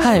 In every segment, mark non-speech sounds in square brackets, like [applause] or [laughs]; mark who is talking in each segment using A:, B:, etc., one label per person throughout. A: 嗨，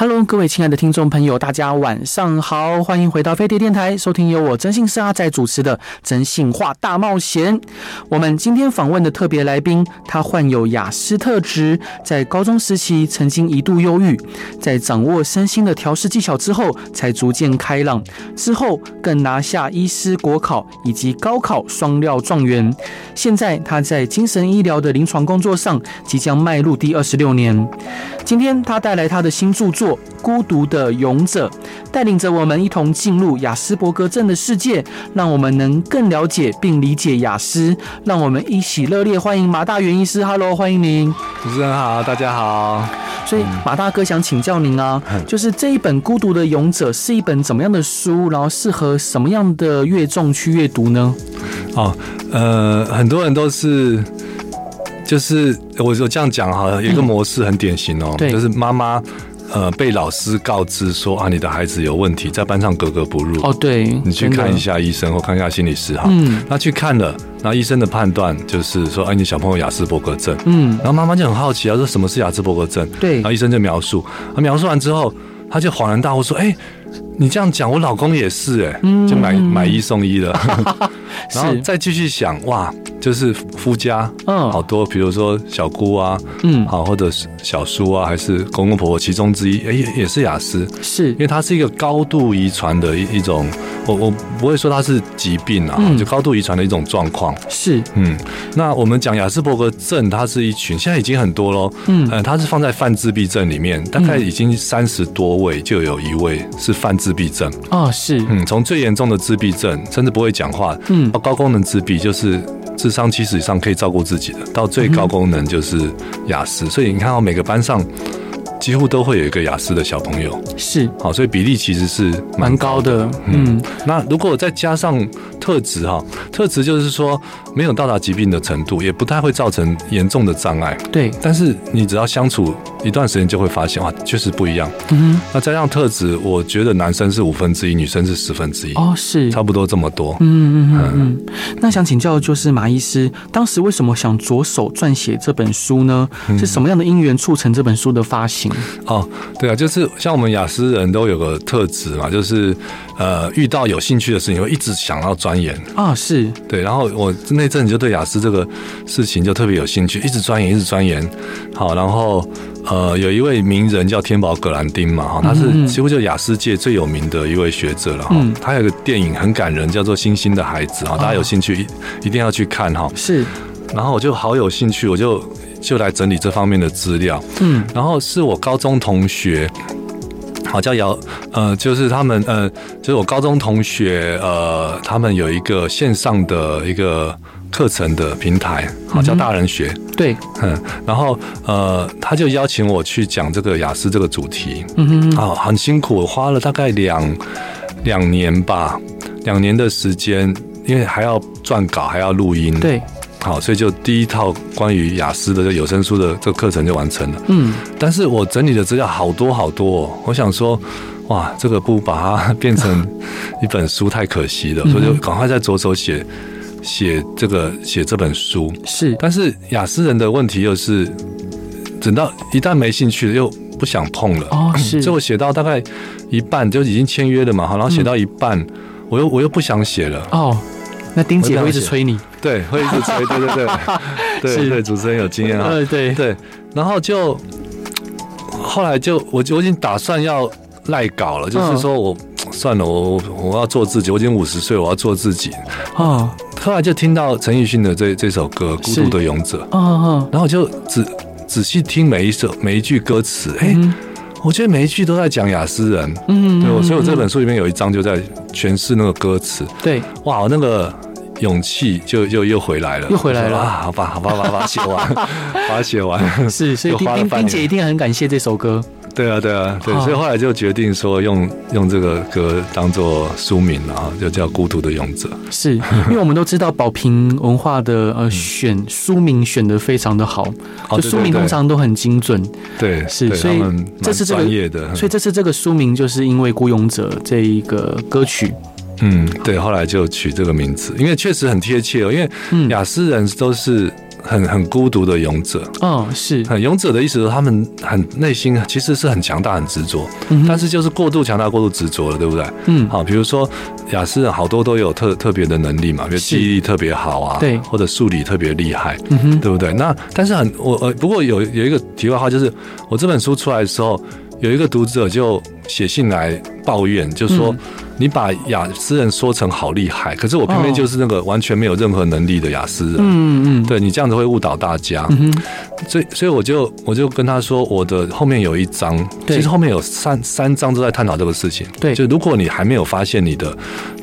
A: Hello，各位亲爱的听众朋友，大家晚上好，欢迎回到飞碟电台，收听由我真心是阿仔主持的《真心话大冒险》。我们今天访问的特别来宾，他患有雅思特质，在高中时期曾经一度忧郁，在掌握身心的调试技巧之后，才逐渐开朗，之后更拿下医师国考以及高考双料状元。现在他在精神医疗的临床工作上，即将迈入第二十六年。今天他带来他的新著作《孤独的勇者》，带领着我们一同进入雅斯伯格症的世界，让我们能更了解并理解雅思。让我们一起热烈欢迎马大元医师，Hello，欢迎您。
B: 主持人好，大家好。
A: 所以马大哥想请教您啊，
B: 嗯
A: 就是这一本《孤独的勇者》是一本怎么样的书，然后适合什么样的阅众去阅读呢？
B: 哦，呃，很多人都是，就是我我这样讲哈，有一个模式很典型哦，
A: 对
B: 就是妈妈呃被老师告知说啊，你的孩子有问题，在班上格格不入，
A: 哦，对，
B: 你去
A: 真的
B: 看一，下医生或看一下心理师哈。
A: 嗯
B: 那去看了，那医生的判断就是说，哎，你小朋友雅斯伯格症。
A: 嗯，
B: 然后妈妈就很好奇啊，说什么是雅斯伯格症？
A: 对
B: 然后医生就描述，他描述完之后，他就恍然大悟说：“哎、你这样讲，我老公也是哎、就买买一送一
A: [laughs]
B: 了。然后
A: 嗯是
B: 再继续想，哇，就是夫家，
A: 嗯
B: 好多，比如说小姑啊，
A: 嗯
B: 好，或者是小叔啊，还是公公婆婆其中之一，哎、也也是雅思，
A: 是
B: 因为它是一个高度遗传的一一种，我我不会说它是疾病啊，
A: 嗯
B: 就高度遗传的一种状况。
A: 是，
B: 嗯，那我们讲雅斯伯格症，它是一群，现在已经很多喽。
A: 嗯
B: 呃，它是放在泛自闭症里面，大概已经三十多位就有一位是泛自闭症。
A: 哦，是，
B: 嗯，从最严重的自闭症，甚至不会讲话，
A: 嗯
B: 到高功能自闭，就是智商七十以上可以照顾自己的，到最高功能就是雅思。所以你看到、每个班上几乎都会有一个雅思的小朋友，
A: 是
B: 好，所以比例其实是蛮
A: 蛮高的，嗯，
B: 那如果再加上特质哈，特质就是说没有到达疾病的程度，也不太会造成严重的障碍。
A: 对，
B: 但是你只要相处一段时间，就会发现哇，确实不一样。
A: 嗯
B: 那加上特质，我觉得男生是五分之一，女生是十分之一，
A: 哼，哦，是，
B: 差不多这么多。
A: 嗯嗯嗯嗯。那想请教就是马医师，当时为什么想着手撰写这本书呢？
B: 嗯
A: 是什么样的因缘促成这本书的发行？
B: 哦，对啊，就是像我们雅思人都有个特质嘛，就是呃，遇到有兴趣的事情会一直想要钻研。
A: 啊，是，
B: 对，然后我那阵子就对雅思这个事情就特别有兴趣，一直钻研，一直钻研。好，然后呃，有一位名人叫天宝葛兰丁嘛，哈，他
A: 嗯
B: 是几乎就雅思界最有名的一位学者了哈。
A: 嗯
B: 他有个电影很感人，叫做《星星的孩子》哈，大家有兴趣一一定要去看哈。
A: 是，
B: 然后我就好有兴趣，我就就来整理这方面的资料。
A: 嗯，
B: 然后是我高中同学，好叫姚，呃，就是他们，呃，就是我高中同学，呃，他们有一个线上的一个课程的平台，好叫大人学，
A: 对，
B: 嗯，然后呃，他就邀请我去讲这个雅思这个主题，
A: 嗯哼，
B: 啊，很辛苦，我花了大概两两年吧，两年的时间，因为还要撰稿，还要录音，。
A: 对，
B: 好，所以就第一套关于雅思的这有声书的这个课程就完成了。
A: 嗯，
B: 但是我整理的资料好多好多、哦，我想说，哇，这个不把它变
A: [laughs]
B: 成一本书太可惜
A: 嗯
B: 了，所以就赶快再着手写写这个写这本书。
A: 是，
B: 但是雅思人的问题又是，等到一旦没兴趣了，又不想碰了。 [clears throat]
A: 哦，是，嗯
B: 所以我写到大概一半就已经签约了嘛，好，然后写到一半，我又我又不想写了。
A: 哦，那丁姐会一直催你，
B: 对，会一直催，对对
A: [laughs]
B: 对，
A: 是
B: 对对，主持人有经验啊，
A: 呃，对，
B: 对，然后就后来就我我已经打算要赖稿了，
A: 嗯
B: 就是说我、算了，我我我要做自己，我已经五十岁，我要做自己。
A: 哦，
B: 后来就听到陈奕迅的这这首歌《孤
A: 是
B: 独的勇者》，
A: 哦哦，
B: 然后我就仔仔细听每一首每一句歌词，哎、
A: 嗯
B: 我觉得每一句都在讲雅思人，
A: 嗯，
B: 对，我所以我这
A: 嗯
B: 本书里面有一章就在诠释那个歌词，
A: 对，
B: 哇，那个勇气就又又回来了，
A: 又回来了
B: 我说啊！好吧， [laughs] 好吧，好吧，把它写完，把它写完。
A: 是，所以
B: 又
A: 丁
B: 花了
A: 丁
B: 半
A: 丁姐
B: 年
A: 一定很感谢这首歌，
B: 对啊，对啊，对，
A: 好
B: 所以后来就决定说用用这个歌当做书名了啊，就叫《孤独的勇者》。 [laughs]
A: 是因为我们都知道宝瓶文化的呃选书名选的非常的好，
B: 哦
A: 就
B: 对
A: 书名
B: 对对
A: 通常都很精准，
B: 对，
A: 是
B: 对
A: 所以
B: 他们
A: 这是
B: 蛮
A: 这个
B: 专业的，
A: 所以这次这个书名就是因为《孤勇者》这一个歌曲，
B: 嗯，对，后来就取这个名字，因为确实很贴切哦，因为
A: 嗯，
B: 雅思人都是很很孤独的勇者，
A: 哦是，
B: 很勇者的意思，是他们很内心啊其实是很强大、很执着，
A: 嗯哼
B: 但是就是过度强大、过度执着了，对不对？
A: 嗯
B: 好，比如说雅思人好多都有特特别的能力嘛，比如
A: 是
B: 记忆力特别好啊，
A: 对
B: 或者数理特别厉害，
A: 嗯哼
B: 对不对？那但是很我呃，不过有有一个题外话，就是我这本书出来的时候，有一个读者就写信来抱怨，就说。
A: 嗯
B: 你把雅思人说成好厉害，可是我偏偏
A: 哦
B: 就是那个完全没有任何能力的雅思人。
A: 嗯嗯
B: 对你这样子会误导大家。
A: 嗯哼
B: 所以所以我就我就跟他说，我的后面有一章，
A: 对
B: 其实后面有三三章都在探讨这个事情。
A: 对
B: 就如果你还没有发现你的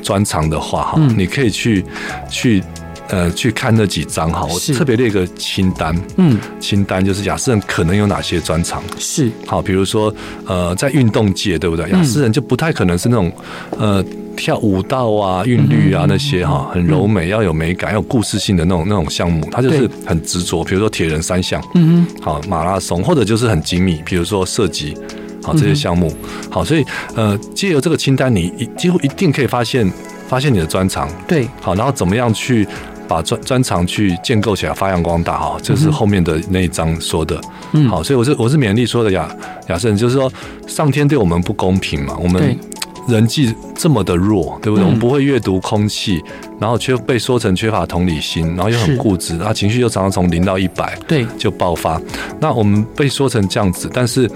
B: 专长的话，哈、
A: 嗯
B: 你可以去去。呃，去看那几章哈，我
A: 是
B: 特别列个清单，
A: 嗯
B: 清单就是雅思人可能有哪些专长。
A: 是
B: 好，比如说呃，在运动界，对不对？雅思人就不太可能是那种呃跳舞蹈啊、韵律啊那些哈，很柔美，要有美感，要有故事性的那种那种项目，他就是
A: 对
B: 很执着。比如说铁人三项，
A: 嗯哼
B: 好马拉松，或者就是很精密，比如说射击。好，这些项目，好，所以呃，借由这个清单，你一几乎一定可以发现发现你的专长，
A: 对
B: 好，然后怎么样去把专专长去建构起来，发扬光大哈，这是后面的那一章说的。
A: 嗯
B: 好，所以我是我是勉励说的雅雅圣，就是说上天对我们不公平嘛，我
A: 对
B: 们人际这么的弱，对不对？
A: 嗯
B: 我们不会阅读空气，然后却被说成缺乏同理心，然后又
A: 是
B: 很固执，啊，情绪又常常从零到一百
A: 对
B: 就爆发。那我们被说成这样子，但是。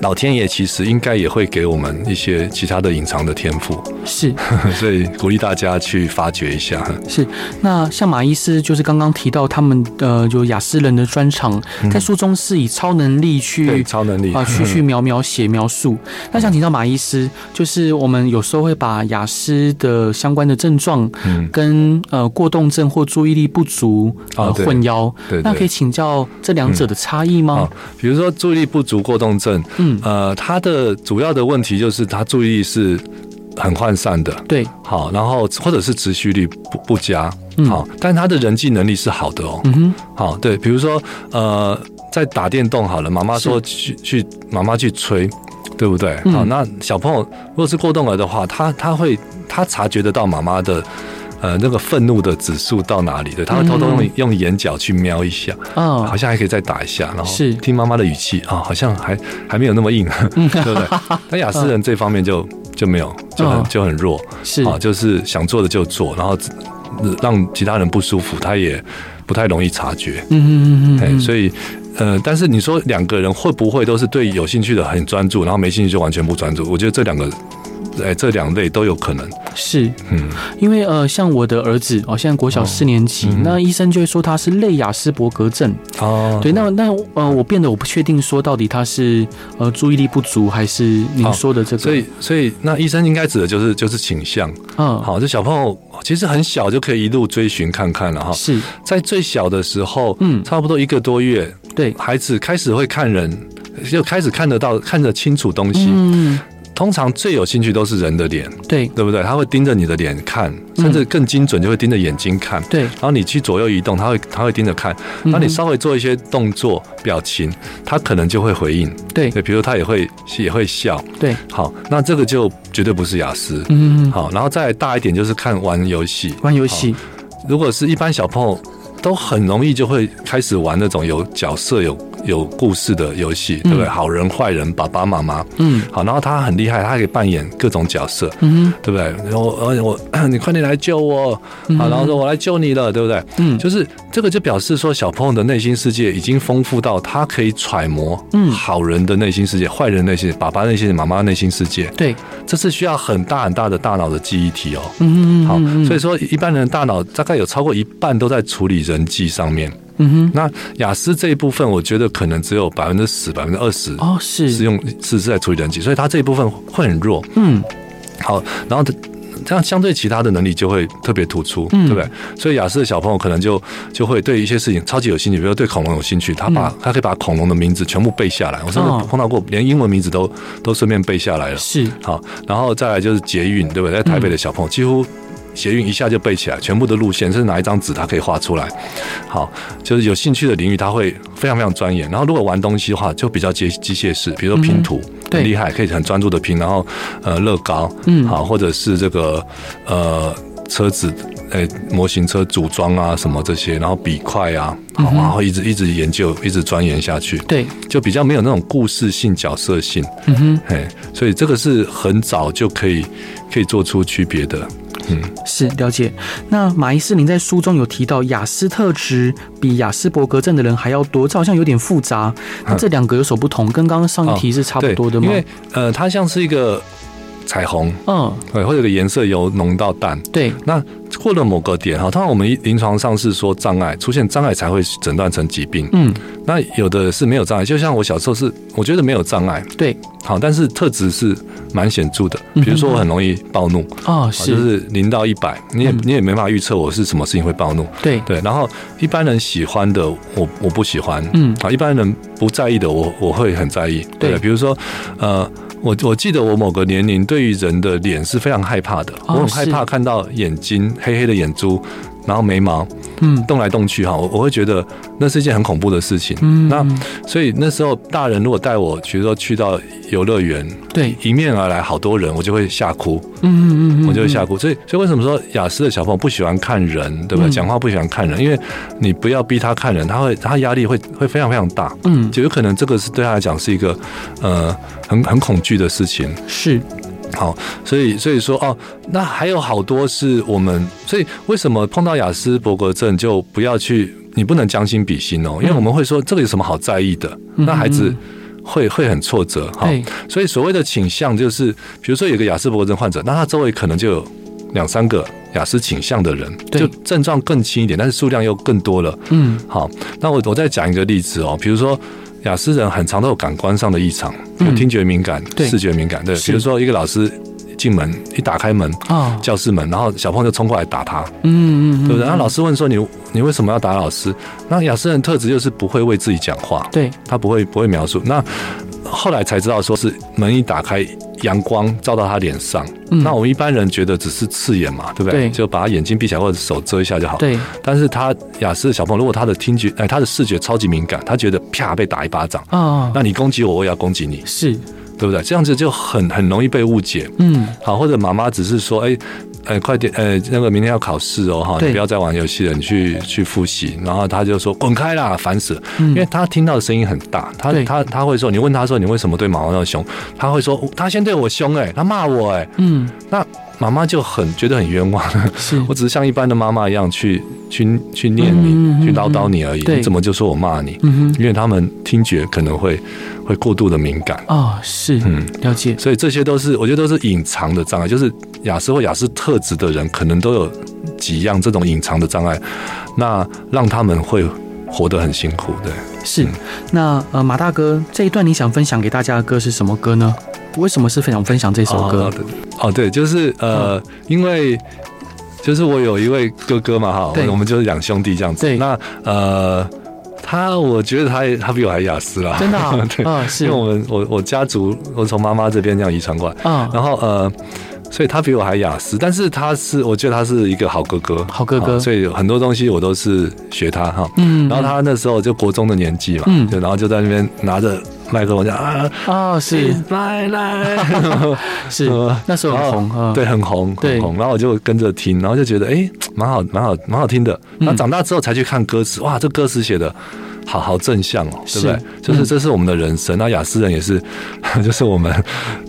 B: 老天爷其实应该也会给我们一些其他的隐藏的天赋， [laughs]
A: 是
B: 所以鼓励大家去发掘一下。嗯
A: 是，那像马医师就是刚刚提到他们呃有雅思人的专长，在书中是以超能力
B: 嗯对，
A: 去
B: 超能力 [laughs]
A: 啊，去去描描写描述。那想请教马医师，就是我们有时候会把雅思的相关的症状
B: 嗯，
A: 跟呃过动症或注意力不足
B: 哦
A: 呃、
B: 对
A: 混淆，
B: 对
A: 那
B: 对
A: 可以请教这两者的差异吗
B: 啊？，比如说注意力不足过动症，
A: 嗯，
B: 呃，他的主要的问题就是他注意力是很涣散的，
A: 对，
B: 好，然后或者是持续力不不佳，
A: 嗯
B: 好，但他的人际能力是好的哦，
A: 嗯哼，
B: 好，对，比如说呃，在打电动好了，妈妈说去去妈妈去催，对不对？
A: 嗯
B: 好，那小朋友如果是过动儿的话，他他会他察觉得到妈妈的。呃，那个愤怒的指数到哪里？对，他会偷偷用、
A: 嗯
B: 用眼角去瞄一下，
A: 啊
B: 好，像还可以再打一下，然后
A: 是
B: 听妈妈的语气啊、好像还还没有那
A: [laughs]
B: 么硬，对不对？但雅思人这方面就就没有，就很
A: 嗯
B: 就很弱
A: 是
B: 啊，就是想做的就做，然后呃让其他人不舒服，他也不太容易察觉。
A: 嗯嗯嗯
B: 哎、
A: 嗯，
B: 所以呃，但是你说两个人会不会都是对有兴趣的很专注，然后没兴趣就完全不专注？我觉得这两个。哎，这两类都有可能。
A: 是
B: 嗯，
A: 因为呃，像我的儿子哦，现在国小四年级，
B: 嗯
A: 那医生就会说他是类雅斯伯格症。
B: 哦，
A: 对，那那呃，我变得我不确定说到底他是呃注意力不足还是您
B: 好
A: 说的这个，
B: 哦所以所以那医生应该指的就是就是倾向。
A: 嗯，
B: 好，这小朋友其实很小就可以一路追寻看看了哈。
A: 是
B: 在最小的时候，
A: 嗯
B: 差不多一个多月，
A: 对，
B: 孩子开始会看人，就开始看得到、看得清楚东西。
A: 嗯，
B: 通常最有兴趣都是人的脸，
A: 对
B: 对不对？他会盯着你的脸看，甚至更精准就会盯着眼睛看。
A: 嗯对，
B: 然后你去左右移动，他会他会盯着看。
A: 嗯
B: 当你
A: 哼
B: 稍微做一些动作、表情，他可能就会回应。
A: 对
B: 对，比如他也会也会笑。
A: 对，
B: 好，那这个就绝对不是雅思。
A: 嗯，
B: 好，然后再大一点就是看玩游戏，
A: 玩游戏
B: 如果是一般小朋友，都很容易就会开始玩那种有角色、有有故事的游戏，对不对？好人、坏人、爸爸妈妈。
A: 嗯
B: 好，然后他很厉害，他还可以扮演各种角色，
A: 嗯
B: 对不对？然后呃我你快点来救我，啊
A: 嗯
B: 好，然后说我来救你了，对不对？
A: 嗯
B: 就是这个就表示说，小朋友的内心世界已经丰富到他可以揣摩，
A: 嗯
B: 好人的内心世界、坏人内心、爸爸内心、妈妈内心世界，
A: 对，
B: 这是需要很大很大的大脑的记忆体哦。
A: 嗯
B: 好，所以
A: 以
B: 说一般人的大脑大概有超过一半都在处理人际上面。
A: 嗯哼
B: 那雅思这一部分，我觉得可能只有百分之十、百分之二十
A: 哦是
B: 是用是是在处理人际，所以它这一部分会很弱。
A: 嗯
B: 好，然后它这样相对其他的能力就会特别突出，
A: 嗯
B: 对不对？所以雅思的小朋友可能就就会对一些事情超级有兴趣，比如说对恐龙有兴趣，他把、他可以把恐龙的名字全部背下来。我甚
A: 嗯哦
B: 至碰到过连英文名字都都顺便背下来了。
A: 是
B: 好，然后再来就是捷运，对不对？在台
A: 嗯
B: 北的小朋友、几乎捷运一下就背起来，全部的路线，甚至拿一张纸，他可以画出来。好，就是有兴趣的领域，他会非常非常钻研。然后如果玩东西的话，就比较机机械式，比如说拼图。
A: 嗯对
B: 很厉害，可以很专注的拼，然后呃，乐高，
A: 嗯
B: 好，或者是这个呃车子，呃、模型车组装啊什么这些，然后笔块啊，好，然后一直一直研究，一直钻研下去，
A: 嗯对，
B: 就比较没有那种故事性、角色性，
A: 嗯哼。
B: 嘿，所以这个是很早就可以可以做出区别的。
A: 是了解。那马伊斯林在书中有提到，雅思特质比雅斯伯格症的人还要多，这好像有点复杂。那这两个有所不同，跟刚刚上一题是差不
B: 嗯对，
A: 多的吗
B: 因？为呃，它像是一个彩虹，
A: 嗯，
B: 对，或者有个颜色由浓到淡。
A: 对，
B: 那过了某个点哈，通常我们一临床上是说障碍出现障碍才会诊断成疾病。
A: 嗯，
B: 那有的是没有障碍，就像我小时候是，我觉得没有障碍，
A: 对，
B: 好，但是特质是蛮显著的。
A: 嗯
B: 比如说我很容易暴怒，
A: 哦，
B: 好
A: 是，
B: 啊就是零到一百，你也
A: 嗯
B: 你也没办法预测我是什么事情会暴怒。
A: 对，
B: 对，然后一般人喜欢的我我不喜欢，
A: 嗯
B: 啊，一般人不在意的我我会很在意，
A: 对
B: 对，比如说，呃，我我记得我某个年龄对于人的脸是非常害怕的，
A: 哦
B: 我很害怕
A: 是
B: 看到眼睛黑黑的眼珠，然后眉毛
A: 嗯
B: 动来动去哈，我我会觉得那是一件很恐怖的事情。
A: 嗯，
B: 那所以那时候大人如果带我，比如说去到游乐园，
A: 对，
B: 迎面而来好多人，我就会吓哭。
A: 嗯嗯嗯，
B: 我就会吓哭。所以，所以为什么说雅思的小朋友不喜欢看人，对不
A: 嗯
B: 对？讲话不喜欢看人，因为你不要逼他看人，他会他压力会会非常非常大，
A: 嗯，
B: 就有可能这个是对他来讲是一个呃很很恐惧的事情。
A: 是，
B: 好，所以所以说哦，那还有好多是我们，所以为什么碰到雅思伯格症就不要去，你不能将心比心哦，因为我们会说这个有什么好在意的，那孩子
A: 嗯。
B: 会会很挫折哈，
A: 对，
B: 所以所谓的倾向就是，比如说有个雅斯伯格症患者，那他周围可能就有两三个雅思倾向的人，
A: 对
B: 就症状更轻一点，但是数量又更多了。
A: 嗯，
B: 好，那我我再讲一个例子哦，比如说雅思人很常都有感官上的异常，
A: 嗯
B: 有听觉敏感、
A: 对
B: 视觉敏感，对，
A: 是
B: 比如说一个老师进门一打开门。
A: 啊，
B: 教室门，然后小朋友就冲过来打他，
A: 嗯嗯嗯，
B: 对不对？那老师问说你你为什么要打老师？那雅思人特质就是不会为自己讲话，
A: 对，
B: 他不会不会描述。那后来才知道，说是门一打开，阳光照到他脸上。
A: 嗯
B: 那我们一般人觉得只是刺眼嘛，对不对？
A: 对
B: 就把他眼睛闭起来或者手遮一下就好。。
A: 对，
B: 但是他雅思的小朋友，如果他的听觉哎他的视觉超级敏感，他觉得啪被打一巴掌，
A: 啊，
B: 那你攻击我，我也要攻击你，
A: 是，
B: 对不对？这样子就很很容易被误解。
A: 嗯，
B: 好，或者妈妈只是说，哎、哎、快点，呃、那个明天要考试哦，哈，
A: 对
B: 你不要再玩游戏了，你去去复习。然后他就说滚开啦，烦死了！因为他听到的声音很大，他
A: 嗯对
B: 他他会说，你问他说你为什么对妈妈那么凶，他会说哦他先对我凶、哎，他骂我、哎，
A: 嗯，
B: 那妈妈就很觉得很冤枉，
A: 是，
B: 我只是像一般的妈妈一样去去去念你，
A: 嗯嗯嗯
B: 去唠叨你而已，
A: 对
B: 你怎么就说我骂你？
A: 嗯哼，
B: 因为他们听觉可能会会过度的敏感。
A: 啊，是，
B: 嗯
A: 了解，
B: 所以这些都是我觉得都是隐藏的障碍，就是雅思或雅思特质的人，可能都有几样这种隐藏的障碍，那让他们会活得很辛苦。对，
A: 是
B: 嗯，
A: 那呃，马大哥这一段你想分享给大家的歌是什么歌呢？为什么是分享分享这首歌？嗯
B: 哦哦对，就是呃，因为。就是我有一位哥哥嘛，哈
A: 对，
B: 我们就是两兄弟这样子。
A: 对
B: 那呃，他我觉得他也他比我还雅思啦，
A: 真的啊
B: [laughs] 对，
A: 嗯是
B: 因为我们我我家族我从妈妈这边这样遗传过来，
A: 啊，
B: 然后呃，所以他比我还雅思，但是他是我觉得他是一个好哥哥，
A: 好哥哥
B: 啊所以很多东西我都是学他哈。
A: 嗯
B: 然后他那时候就国中的年纪嘛，
A: 嗯
B: 就然后就在那边拿着麦克风讲啊，
A: 啊是
B: 来来， [laughs]
A: 是
B: 呃，
A: 那时候很红啊，
B: 对，很红，
A: 对
B: 很红。然后我就跟着听，然后就觉得哎，蛮好，蛮好，蛮好听的。
A: 嗯
B: 然后长大之后才去看歌词，哇，这歌词写的好好正向哦，对不对
A: 是？
B: 就是
A: 嗯
B: 这是我们的人生，那雅思人也是， [laughs] 就是我们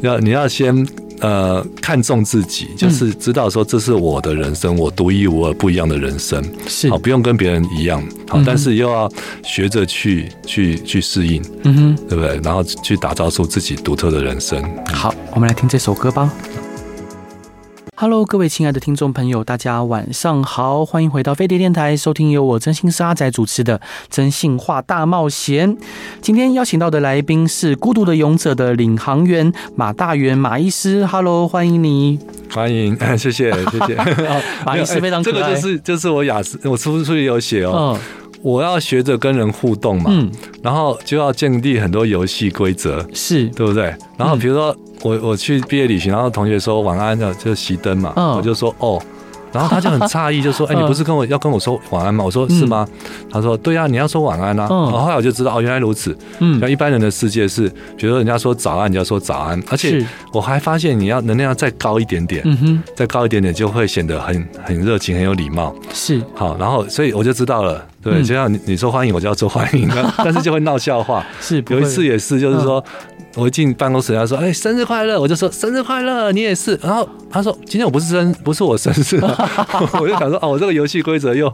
B: 要你要先。呃，看重自己，就是
A: 嗯
B: 知道说这是我的人生，我独一无二、不一样的人生。
A: 是
B: 好，，不用跟别人一样，好，但是又要学着去去去适应，
A: 嗯哼，
B: 对不对？然后去打造出自己独特的人生。
A: 好，我们来听这首歌吧。Hello，各位亲爱的听众朋友，大家晚上好，欢迎回到飞碟电台，收听由我真心沙仔主持的《真性话大冒险》。今天邀请到的来宾是《孤独的勇者》的领航员马大元马医师，Hello，欢迎你。
B: [laughs] 欢迎，谢谢谢谢。
A: [laughs] 马医师非常
B: 哎这
A: 可
B: 个
A: 爱，
B: 就是就是我雅思，我出书里有写哦，
A: 嗯
B: 我要学着跟人互动嘛，
A: 嗯
B: 然后就要建立很多游戏规则，
A: 是
B: 对不对？然后
A: 嗯
B: 比如说我我去毕业旅行，然后同学说晚安的，就熄灯嘛，
A: 嗯
B: 我就说哦。然后他就很诧异，
A: [laughs]
B: 就说：“哎、
A: 嗯
B: 你不是跟我要跟我说晚安吗？”我说：“是吗？”他说：“对啊，你要说晚安啊。”
A: 嗯
B: 然后后来我就知道，哦，原来如此。
A: 嗯
B: 像一般人的世界是，比如说人家说早安，你要说早安，而且
A: 是
B: 我还发现你要能量要再高一点点，
A: 嗯哼
B: 再高一点点就会显得很很热情，很有礼貌。
A: 是
B: 好，然后所以我就知道了，对，
A: 嗯
B: 就像你你说欢迎，我就要做欢迎，
A: [laughs]
B: 但是就会闹笑话。
A: 是不
B: 有一
A: 会嗯
B: 次也是，就是说。我一进办公室，他说：“哎、生日快乐！”我就说：“生日快乐，你也是。”然后他说：“今天我不是生，不是我生
A: [laughs]
B: 日、 [laughs] 啊。”我就想说：“哦，我这个游戏规则又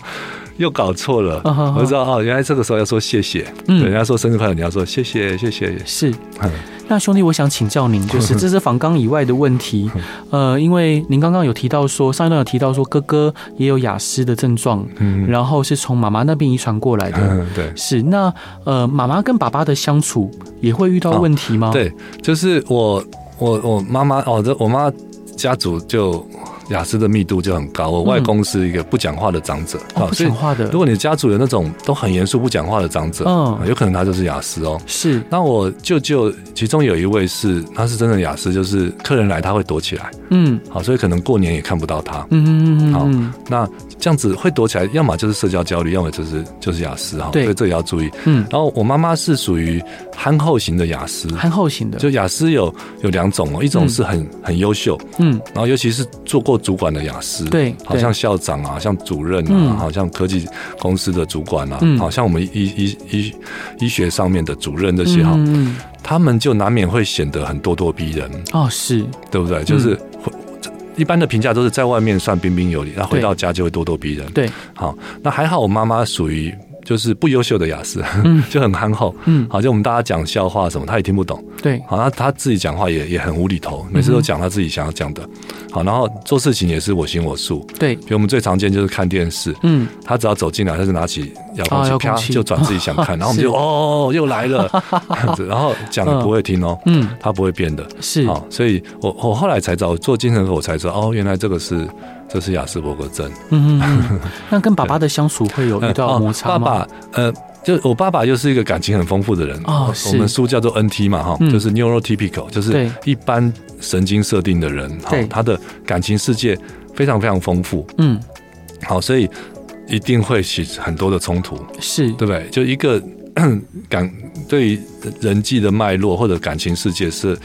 B: 又搞错了。
A: 啊哈哈
B: 我就知道哦，原来这个时候要说谢谢。
A: 嗯
B: 对，人家说生日快乐，你要说谢谢，谢谢。
A: 是
B: 嗯。
A: 那兄弟，我想请教您，
B: [laughs]
A: 就是这是仿纲以外的问题，呃，因为您刚刚有提到说，上一段有提到说哥哥也有雅思的症状，
B: 嗯，
A: 然后是从妈妈那边遗传过来的。
B: [laughs] 嗯，对。
A: 是那呃，妈妈跟爸爸的相处也会遇到问题吗？，
B: 对，就是我我我妈妈哦，这我妈家族就雅思的密度就很高。我外公是一个不讲话的长者
A: 嗯
B: 啊
A: 哦，不
B: 所
A: 讲
B: 以
A: 话的
B: 如，果你家族有那种都很严肃不讲话的长者，
A: 嗯
B: 啊有可能他就是雅思哦。
A: 是
B: 那我舅舅其中有一位是，他是真的雅思，就是客人来他会躲起来，
A: 嗯
B: 好，所以可能过年也看不到他。
A: 嗯嗯嗯
B: 好
A: 嗯
B: 那这样子会躲起来，要么就是社交焦虑，要么就是就是雅思哈，所
A: 对
B: 以这也要注意。
A: 嗯
B: 然后我妈妈是属于憨厚型的雅思
A: 嗯，，憨厚型的，
B: 就雅思有有两种哦，一种是很、很优秀，
A: 嗯
B: 然后尤其是做过主管的雅思，
A: 对
B: 嗯好像校长啊，像主任啊，
A: 嗯
B: 好像科技公司的主管啊，
A: 嗯
B: 好像我们医医医医学上面的主任这
A: 这
B: 些哈，
A: 嗯嗯
B: 他们就难免会显得很咄咄逼人，
A: 哦是
B: 对不对？就是会。一般的评价都是在外面算彬彬有礼，那回
A: 嗯对
B: 到家就会咄咄逼人。
A: 对，
B: 好，那还好，我妈妈属于就是不优秀的雅思，
A: 嗯
B: [laughs] 就很憨厚。
A: 嗯
B: 好，就我们大家讲笑话什么，她也听不懂。
A: 对
B: 好，他他自己讲话也也很无厘头，每次都讲他自己想要讲的。好，然后做事情也是我行我素。
A: 对
B: 比如我们最常见就是看电视，
A: 嗯
B: 他只要走进来，他就拿起遥控
A: 啊
B: 器，
A: 遥控
B: 啪
A: 器
B: 就转自己想
A: [laughs]
B: 看，然后我们就
A: 是
B: 哦又来了， [laughs] 这样子，然后讲也不会听哦，
A: 嗯
B: 他不会变的。
A: 是
B: 好，所以我我后来才知道，我做精神科我才知道，哦，原来这个是这是雅斯伯格症。
A: 嗯嗯嗯，
B: [laughs]
A: 那跟爸爸的相处会有遇到摩擦
B: 哦、
A: 吗？
B: 爸爸，呃，就我爸爸又是一个感情很丰富的人
A: 哦
B: 我
A: 是
B: 我们书叫做 NT 嘛，哈、
A: 嗯
B: 就是 neurotypical，就是
A: 对
B: 一般神经设定的人，哈
A: 对
B: 他的感情世界非常非常丰富，
A: 嗯
B: 好，所以一定会起很多的冲突，
A: 是
B: 对不对？就一个 [coughs] 感对于人际的脉络或者感情世界是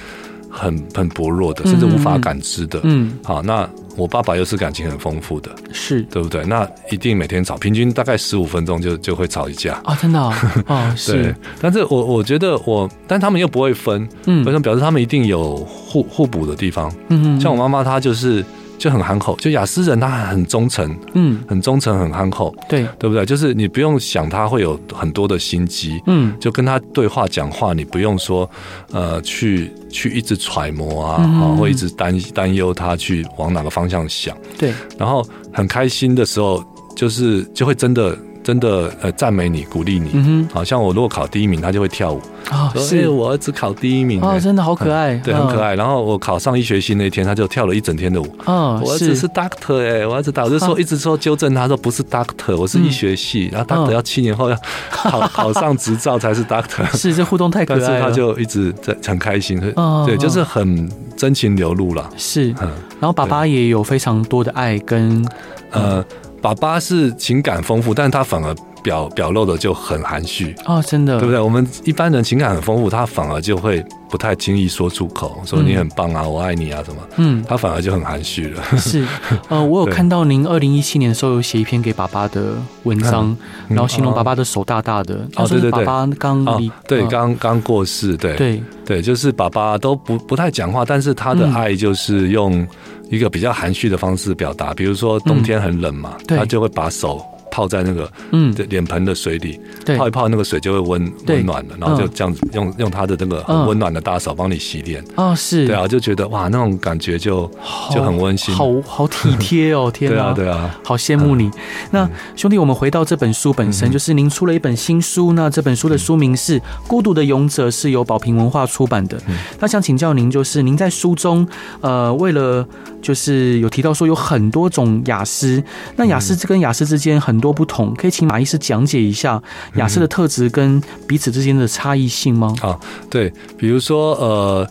B: 很很薄弱的，甚至无法
A: 嗯嗯嗯
B: 感知的。
A: 嗯
B: 好，那我爸爸又是感情很丰富的，
A: 是
B: 对不对？那一定每天吵，平均大概十五分钟就就会吵一架。
A: 啊、真的哦，
B: [laughs]
A: 哦
B: 对
A: 是，
B: 但是我我觉得我，但他们又不会分，
A: 嗯
B: 为什么？表示他们一定有互互补的地方。
A: 嗯
B: 像我妈妈，她就是就很憨厚，就雅思人，她很忠诚，
A: 嗯
B: 很忠诚，很憨厚，
A: 对
B: 对不对？就是你不用想她会有很多的心机，
A: 嗯
B: 就跟她对话讲话，你不用说呃去去一直揣摩啊，
A: 嗯
B: 啊或一直担担忧她去往哪个方向想。
A: 对
B: 然后很开心的时候，就是就会真的真的呃赞美你，鼓励你。
A: 嗯
B: 好像我如果考第一名，他就会跳舞。
A: 哼啊、
B: 说
A: 是
B: 哎我儿子考第一名、
A: 哦
B: 哎
A: 真的哦好可爱，
B: 对，很可爱。然后我考上医学系那一天，他就跳了一整天的舞。
A: 嗯，
B: 我儿
A: 嗯
B: 子
A: 是
B: 是 doctor 哎、我儿子 doctor，我就说一直说纠正他说不是 doctor，我是医学系，然后 doctor
A: 嗯
B: 要七年后要考考上执照才
A: [laughs]
B: 是 doctor，
A: 是这互动太可
B: 但
A: 爱
B: 是
A: 了，
B: 他就一直在很开心，
A: 嗯
B: 对，
A: 嗯
B: 就是很真情流露了。
A: 是，
B: 嗯
A: 然后爸爸也有非常多的爱跟
B: 呃，爸爸是情感丰富，但他反而表表露的就很含蓄。
A: 哦真的
B: 对不对？我们一般人情感很丰富，他反而就会不太轻易说出口，说
A: 嗯
B: 你很棒啊，我爱你啊什么，
A: 嗯。
B: 他反而就很含蓄了。 [laughs]
A: 是，呃，我有
B: 对
A: 看到您二零一七年的时候有写一篇给爸爸的文
B: 嗯
A: 章，然后形容
B: 哦
A: 爸爸的手大大的，他说是
B: 对对对
A: 爸爸刚
B: 啊
A: 离，，
B: 对，
A: 呃
B: 刚刚过世，对
A: 对，
B: 对，就是爸爸都不不太讲话，但是他的
A: 嗯
B: 爱就是用一个比较含蓄的方式表达，比如说冬天很冷嘛，
A: 嗯对
B: 他就会把手泡在那个
A: 嗯，
B: 脸盆的水里，
A: 对，
B: 泡一泡，那个水就会温
A: 对嗯
B: 温暖了，然后就这样子用用它的那个很温暖的大手帮你洗脸，
A: 哦，是，
B: 对啊，就觉得哇，那种感觉就
A: 好，
B: 就很温馨
A: 好好体贴
B: [laughs]
A: 哦，天
B: 对
A: 哪，
B: 啊对啊，
A: 好羡慕你。那兄弟，我们回到这本书本身，
B: 嗯
A: 就是您出了一本新书，那这本书的书名是《孤独的勇者》，是由宝瓶文化出版的。
B: 嗯
A: 那想请教您，就是您在书中，呃，为了就是有提到说有很多种雅思，
B: 嗯
A: 那雅思跟雅思之间很多不同，可以请马医师讲解一下
B: 嗯
A: 雅思的特质跟彼此之间的差异性吗？啊
B: 对，比如说呃，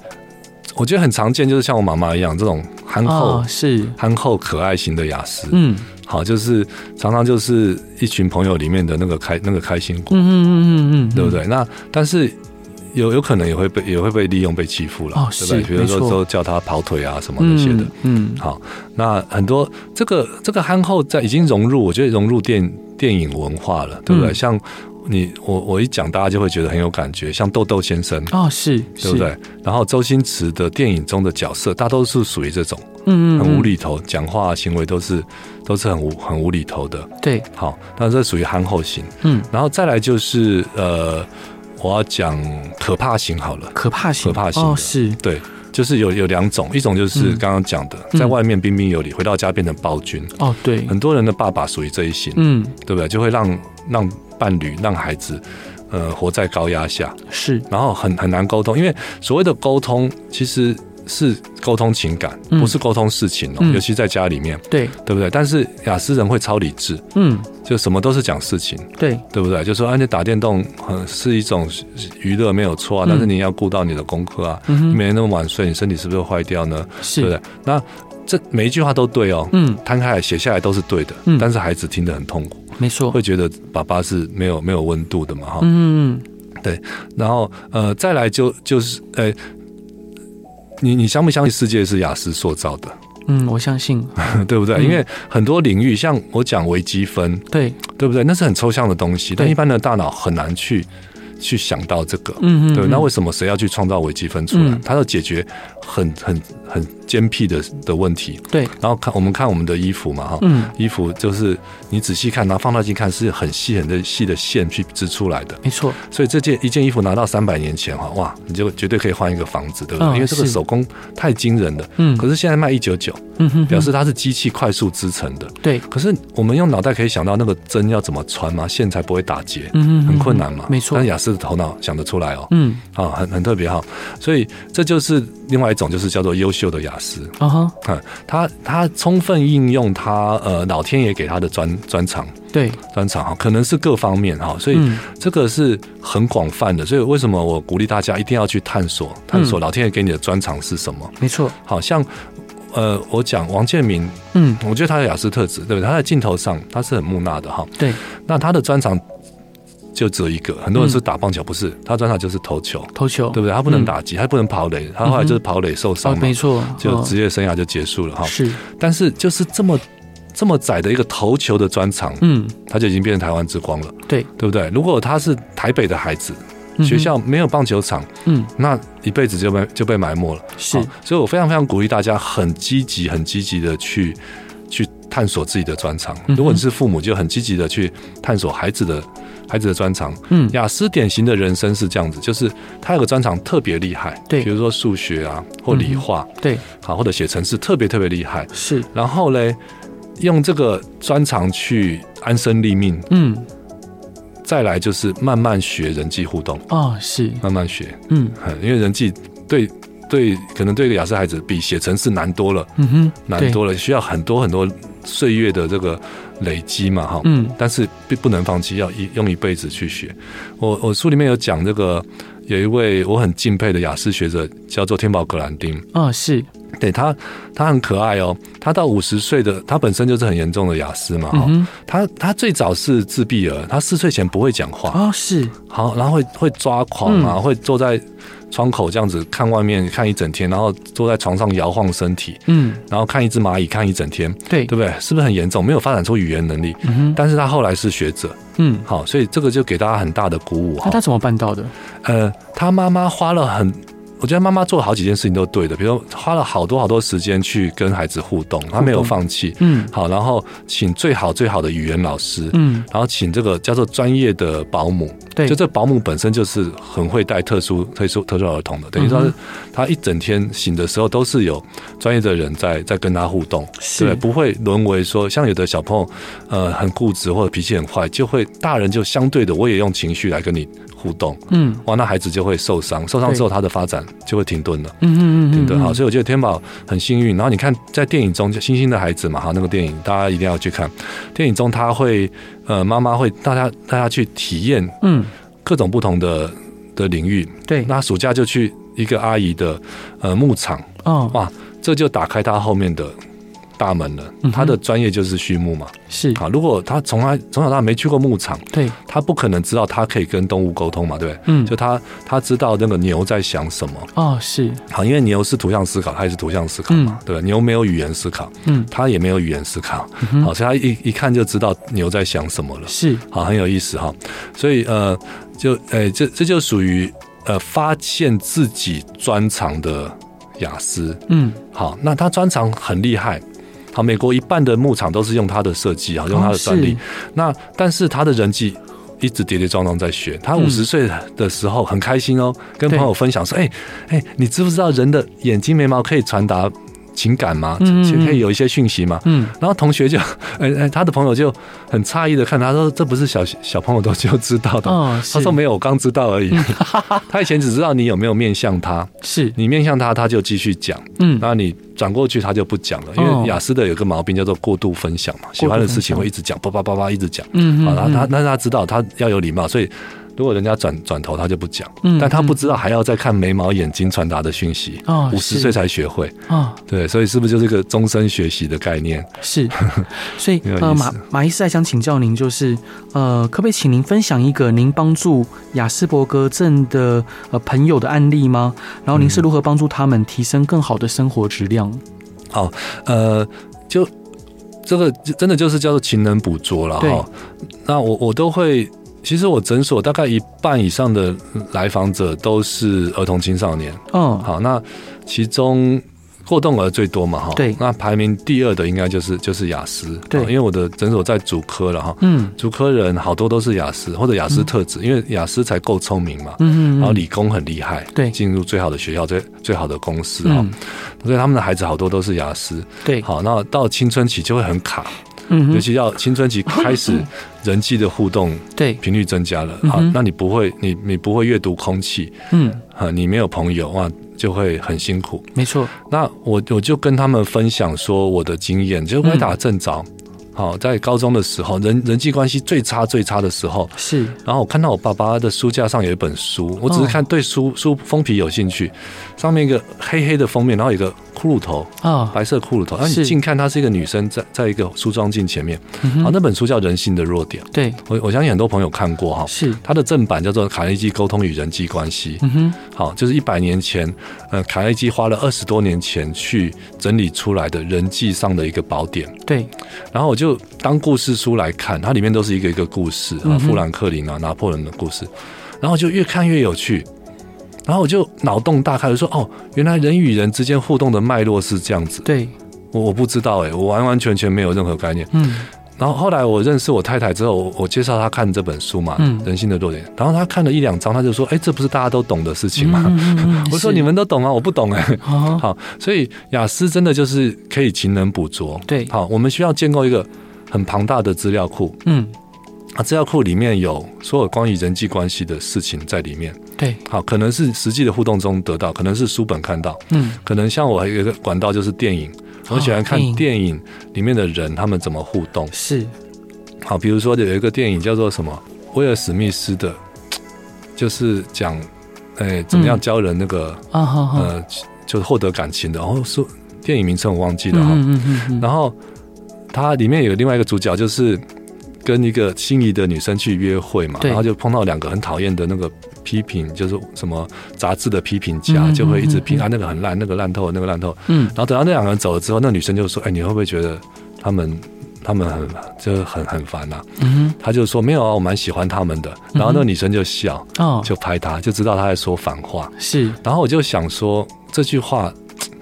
B: 我觉得很常见，就是像我妈妈一样这种憨厚。
A: 啊，是，
B: 憨厚可爱型的雅思，
A: 嗯
B: 好，就是常常就是一群朋友里面的那个开那个开心
A: 嗯
B: 果，
A: 嗯嗯嗯嗯，
B: 对不？对？那但是有有可能也会被也会被利用被欺负了，
A: 哦
B: 对不对？
A: 是
B: 比如说
A: 没错
B: 都叫他跑腿啊什么那些的
A: 嗯。嗯，
B: 好，那很多这个这个憨厚在已经融入，我觉得融入电电影文化了，对不对？
A: 嗯
B: 像你我我一讲，大家就会觉得很有感觉，像豆豆先生。
A: 哦，是，
B: 对
A: 是
B: 不对？？然后周星驰的电影中的角色，大都是属于这种
A: 嗯嗯，
B: 很无
A: 理，
B: 厘头，讲话行为都是都是很无很无厘头的。
A: 对，
B: 好，那这属于憨厚型。
A: 嗯，
B: 然后再来就是呃，我要讲可怕型好了。
A: 可怕型，
B: 可怕型的
A: 哦，是，
B: 对，就是有有两种，一种就是
A: 嗯
B: 刚刚讲的，
A: 嗯
B: 在外面彬彬有礼，回到家变成暴君。
A: 哦，对，
B: 很多人的爸爸属于这一型，
A: 嗯，
B: 对不对？就会让让伴侣、让孩子，呃，活在高压下，
A: 是，
B: 然后很很难沟通。因为所谓的沟通，其实是沟通情感，
A: 嗯
B: 不是沟通事情哦。
A: 嗯
B: 尤其在家里面，
A: 对，
B: 对不对？但是雅思人会超理智，
A: 嗯，
B: 就什么都是讲事情。
A: 对，
B: 对不对？就说，而且打电动很是一种娱乐，没有错啊。
A: 嗯
B: 但是你要顾到你的功课啊，
A: 嗯
B: 你
A: 哼，
B: 每天那么晚睡，你身体是不是会坏掉呢？嗯对不
A: 是，
B: 对？那这每一句话都对哦，
A: 嗯，
B: 摊开来写下来都是对的
A: 嗯，
B: 但是孩子听得很痛苦，
A: 没错，
B: 会觉得爸爸是没有没有温度的嘛哈。
A: 嗯，嗯
B: 然后呃，再来就就是呃。你你相不相信世界是雅思塑造的， [laughs]
A: 嗯，我相信，
B: 对不对？
A: 嗯
B: 因为很多领域，像我讲微积分，
A: 对，
B: 对不对？那是很抽象的东西，但
A: 对
B: 一般的大脑很难去去想到这个。
A: 嗯嗯，
B: 对，
A: 嗯
B: 那为什么谁要去创造微积分出来
A: 嗯？
B: 它要解决很很很尖僻的的问题。
A: 对，
B: 然后看我们看我们的衣服嘛，哈，
A: 嗯，
B: 衣服就是你仔细看，然后放大镜看，是很细很的细的线去织出来的。
A: 没错，
B: 所以这件一件衣服拿到三百年前哈，哇，你就绝对可以换一个房子，对不
A: 嗯
B: 对？因为这个
A: 是
B: 手工太惊人了。
A: 嗯，
B: 可是现在卖一九九，
A: 嗯哼，
B: 表
A: 表
B: 示它是机器快速织成的。
A: 对，
B: 可是我们用脑袋可以想到那个针要怎么穿吗？线才不会打结，
A: 嗯嗯，
B: 很困
A: 嗯
B: 难嘛。
A: 没错
B: 但，雅思的头脑想得出来哦。
A: 嗯，
B: 啊，很很特别哈，所以这就是另外一种，就是叫做优秀的雅思。
A: 啊哈，
B: 啊，他他充分应用他呃老天爷给他的专专长
A: 对，
B: 专长哈，可能是各方面哈，所以
A: 嗯
B: 这个是很广泛的。所以为什么我鼓励大家一定要去探索探
A: 嗯
B: 索老天爷给你的专长是什么？
A: 没错，
B: 好像呃，我讲王建民，
A: 嗯，
B: 我觉得他的雅思特质对不对？他在镜头上他是很木讷的哈，
A: 对，
B: 那他的专长就只有一个，很多人是
A: 嗯
B: 打棒球，不是他专长就是投球。
A: 投球，
B: 对不对？他不能打击，他不能跑垒，他后来就是跑垒
A: 嗯
B: 受
A: 哦，
B: 伤嘛
A: 没，错，
B: 就
A: 哦
B: 职业生涯就结束了哈。
A: 是，
B: 但是就是这么这么窄的一个投球的专长，
A: 嗯，
B: 他就已经变成台湾之光了，
A: 对，
B: 对不对？如果他是台北的孩子，
A: 嗯
B: 学
A: 哼，
B: 校没有棒球场，
A: 嗯，
B: 那一辈子就被就被埋没了。
A: 是
B: 好，所以我非常非常鼓励大家很积极、很积极的去去探索自己的专长。
A: 嗯哼
B: 如果你是父母，就很积极的去探索孩子的孩子的专长。
A: 嗯，
B: 雅思典型的人生是这样子，就是他有个专长特别厉害，
A: 对嗯
B: 比如说数学啊，或理化，
A: 对，
B: 好、或者写程式特别特别厉害。
A: 是，
B: 然后嘞，用这个专长去安身立命，
A: 嗯，
B: 再来就是慢慢学人际互动，
A: 哦，是，
B: 慢慢学，
A: 嗯
B: 嗯因为人际对对，可能对一个雅思孩子比写程式难多了，
A: 嗯哼，
B: 难多了，需要很多很多岁月的这个累积嘛，哈、
A: 对，嗯，
B: 但是并不能放弃，要一用一辈子去学。我我书里面有讲这个，有一位我很敬佩的雅思学者，叫做天宝格兰丁。
A: 哦，是，
B: 对他，他很可爱哦。他到五十岁的，他本身就是很严重的雅思嘛。哈、
A: 嗯哼，
B: 他他最早是自闭儿，他四岁前不会讲话，
A: 哦，是，
B: 好，然后会会抓狂啊，
A: 嗯
B: 会坐在窗口这样子看外面看一整天，然后坐在床上摇晃身体，
A: 嗯，
B: 然后看一只蚂蚁看一整天，
A: 对，
B: 对不对？是不是很严重？没有发展出语言能力。
A: 嗯哼，
B: 但是他后来是学者，
A: 嗯，
B: 好，所以这个就给大家很大的鼓舞
A: 那
B: 哈
A: 他。怎么办到的？
B: 呃，他妈妈花了很我觉得妈妈做了好几件事情都对的，比如花了好多好多时间去跟孩子互动，她没有放弃。
A: 嗯
B: 好，然后请最好最好的语言老师，
A: 嗯，
B: 然后请这个叫做专业的保姆，
A: 对，
B: 就这保姆本身就是很会带特殊、特殊、特殊儿童的，等于说
A: 嗯哼
B: 他一整天醒的时候都是有专业的人在在跟他互动，
A: 是
B: 对，不会沦为说像有的小朋友，呃，很固执或者脾气很坏，就会大人就相对的我也用情绪来跟你互动，
A: 嗯
B: 哇，那孩子就会受伤，受伤之后他的发展就会停顿了。
A: 嗯嗯嗯，
B: 停顿
A: 嗯
B: 好，，所以我觉得天宝很幸运。然后你看，在电影中，就《星星的孩子》嘛，哈，那个电影大家一定要去看。电影中他会，呃，妈妈会大家大家去体验
A: 嗯，
B: 各种不同的的领域。
A: 对，
B: 那暑假就去一个阿姨的呃牧场，
A: 哦，
B: 哇，这就打开她后面的大门了
A: 嗯哼。
B: 她的专业就是畜牧嘛。啊
A: 是，
B: 好，如果她从来从小到大没去过牧场，
A: 对，
B: 她不可能知道她可以跟动物沟通嘛，对不对？
A: 嗯
B: 就，她她知道那个牛在想什么。
A: 哦，是，
B: 好，因为牛是图像思考，它也是图像思考嘛，对吧？牛没有语言思考，
A: 嗯，
B: 它也没有语言思考，啊
A: 嗯哼
B: 好，所以它一一看就知道牛在想什么了。
A: 是，
B: 好，很有意思哈。所以呃，就呃，这这就属于呃发现自己专长的雅思。
A: 嗯，
B: 好，那他专长很厉害。好，美国一半的牧场都是用他的设
A: 哦
B: 计啊，用他的专利。那但是他的人际一直跌跌撞撞在学。他
A: 嗯
B: 五十岁的时候很开心哦，跟
A: 对
B: 朋友分享说：“哎哎、你知不知道人的眼睛、眉毛可以传达情感吗？
A: 嗯嗯嗯
B: 可以有一些讯息吗？”
A: 嗯，
B: 然后同学就， [laughs] 哎哎，他的朋友就很诧异的看他说：“这不是小小朋友都就知道的。
A: 哦，是
B: 他说：“没有，我刚知道
A: [laughs]
B: 而已。他以前只知道你有没有面向他，
A: 是，
B: 你面向他，他就继续讲；
A: 嗯，
B: 那你转过去，他就不讲了。因
A: 哦
B: 为雅思的有个毛病叫做过度分享嘛，喜欢的事
A: 过度分
B: 情
A: 享
B: 会一直讲，叭叭叭叭一直讲。
A: 嗯
B: 好，
A: 嗯，
B: 他他
A: 嗯
B: 那他知道他要有礼貌，所以如果人家转转头，他就不讲
A: 嗯。
B: 但他不知道还要再看眉毛、眼睛传达的讯息。
A: 哦，
B: 五十
A: 是
B: 岁才学会，
A: 哦，
B: 对，所以是不是就是个终身学习的概念？ [laughs]
A: 是，所以
B: 没有
A: 呃，
B: 意
A: 马
B: 思
A: 马医师还想请教您，就是呃，可不可以请您分享一个您帮助雅斯伯格症的呃朋友的案例吗？然后
B: 嗯
A: 您是如何帮助他们提升更好的生活质量？
B: 呃，就这个就真的就是叫做勤能补拙了
A: 对
B: 哈。那我我都会，其实我诊所大概一半以上的来访者都是儿童青少年。
A: 嗯，
B: 好，那其中过动儿最多嘛哈。
A: 对
B: 那排名第二的应该就是就是雅思。
A: 对
B: 因为我的诊所在主科了哈，
A: 嗯
B: 主科人好多都是雅思或者雅思特质，因为雅思才够聪明嘛。
A: 嗯嗯，
B: 然后理工很厉害，
A: 对
B: 进入最好的学校、最最好的公司哈，
A: 嗯，
B: 所以他们的孩子好多都是雅思。
A: 对，
B: 好，那到青春期就会很卡，
A: 嗯
B: 尤
A: 哼，
B: 其要青春期开始，人际的互动
A: 对，
B: 频率增加了
A: 嗯
B: 好，
A: 哼
B: 那你不会，你你不会阅读空气
A: 嗯，
B: 啊，你没有朋友哇，就会很辛苦。
A: 没错，
B: 那我我就跟他们分享说我的经验，就
A: 嗯
B: 歪打正着。好，在高中的时候，人人际关系最差最差的时候，
A: 是，
B: 然后我看到我爸爸的书架上有一本书，我只
A: 嗯
B: 是看对书书封皮有兴趣，上面一个黑黑的封面，然后有一个骷髅头，
A: 哦，
B: 白色骷髅头，然后
A: 是
B: 你近看，它是一个女生在在一个梳妆镜前面。
A: 嗯
B: 好，
A: 哼，
B: 那本书叫《人性的弱点》，
A: 对，
B: 我我相信很多朋友看过哈。
A: 是，
B: 它的正版叫做《卡内基沟通与人际关系》，
A: 嗯哼，
B: 好，就是一百年前，呃，卡内基花了二十多年前去整理出来的人际上的一个宝典。
A: 对，
B: 然后我就当故事书来看，它里面都是一个一个故事
A: 嗯
B: 啊，
A: 哼
B: 富兰克林啊、拿破仑的故事，然后就越看越有趣，然后我就脑洞大开，我说哦，原来人与人之间互动的脉络是这样子。
A: 对，
B: 我我不知道哎、我完完全全没有任何概念。
A: 嗯，
B: 然后后来我认识我太太之后，我我介绍她看这本书嘛，
A: 嗯
B: 人性的弱点》，然后她看了一两章，她就说：“哎，这不是大家都懂的事情吗？”
A: 嗯嗯嗯嗯 [laughs]
B: 我说：“
A: 是
B: 你们都懂啊， [laughs] 我不懂哎、
A: 哦，
B: 好，所以雅思真的就是可以勤能补拙。
A: 对，
B: 好，我们需要建构一个很庞大的资料库，
A: 嗯，
B: 啊，资料库里面有所有关于人际关系的事情在里面。
A: 对，
B: 好，可能是实际的互动中得到，可能是书本看到，
A: 嗯，
B: 可能像我还有一个管道就是电影，我喜欢看
A: 哦电影
B: 电影里面的人他们怎么互动。
A: 是，
B: 好，比如说有一个电影叫做什么，威尔史密斯的，就是讲，哎、怎
A: 嗯
B: 么样教人那个、
A: 啊，好好，
B: 呃，就是获得感情的。然后说电影名称我忘记了哈、
A: 嗯嗯嗯嗯，
B: 然后它里面有另外一个主角就是。跟一个心仪的女生去约会嘛，
A: 对
B: 然后就碰到两个很讨厌的那个批评，就是什么杂志的批评家，
A: 嗯
B: 就会一直批
A: 嗯嗯
B: 啊那个很烂，那个烂透了，那个烂透了。
A: 嗯，
B: 然后等到那两个人走了之后，那女生就说：“哎，你会不会觉得他们他们很就是很很烦呐、
A: 嗯
B: 他就说没有啊，我蛮喜欢他们的。然后那个女生就笑，
A: 哼，哦，
B: 就拍他，就知道他在说反话。
A: 是，
B: 然后我就想说这句话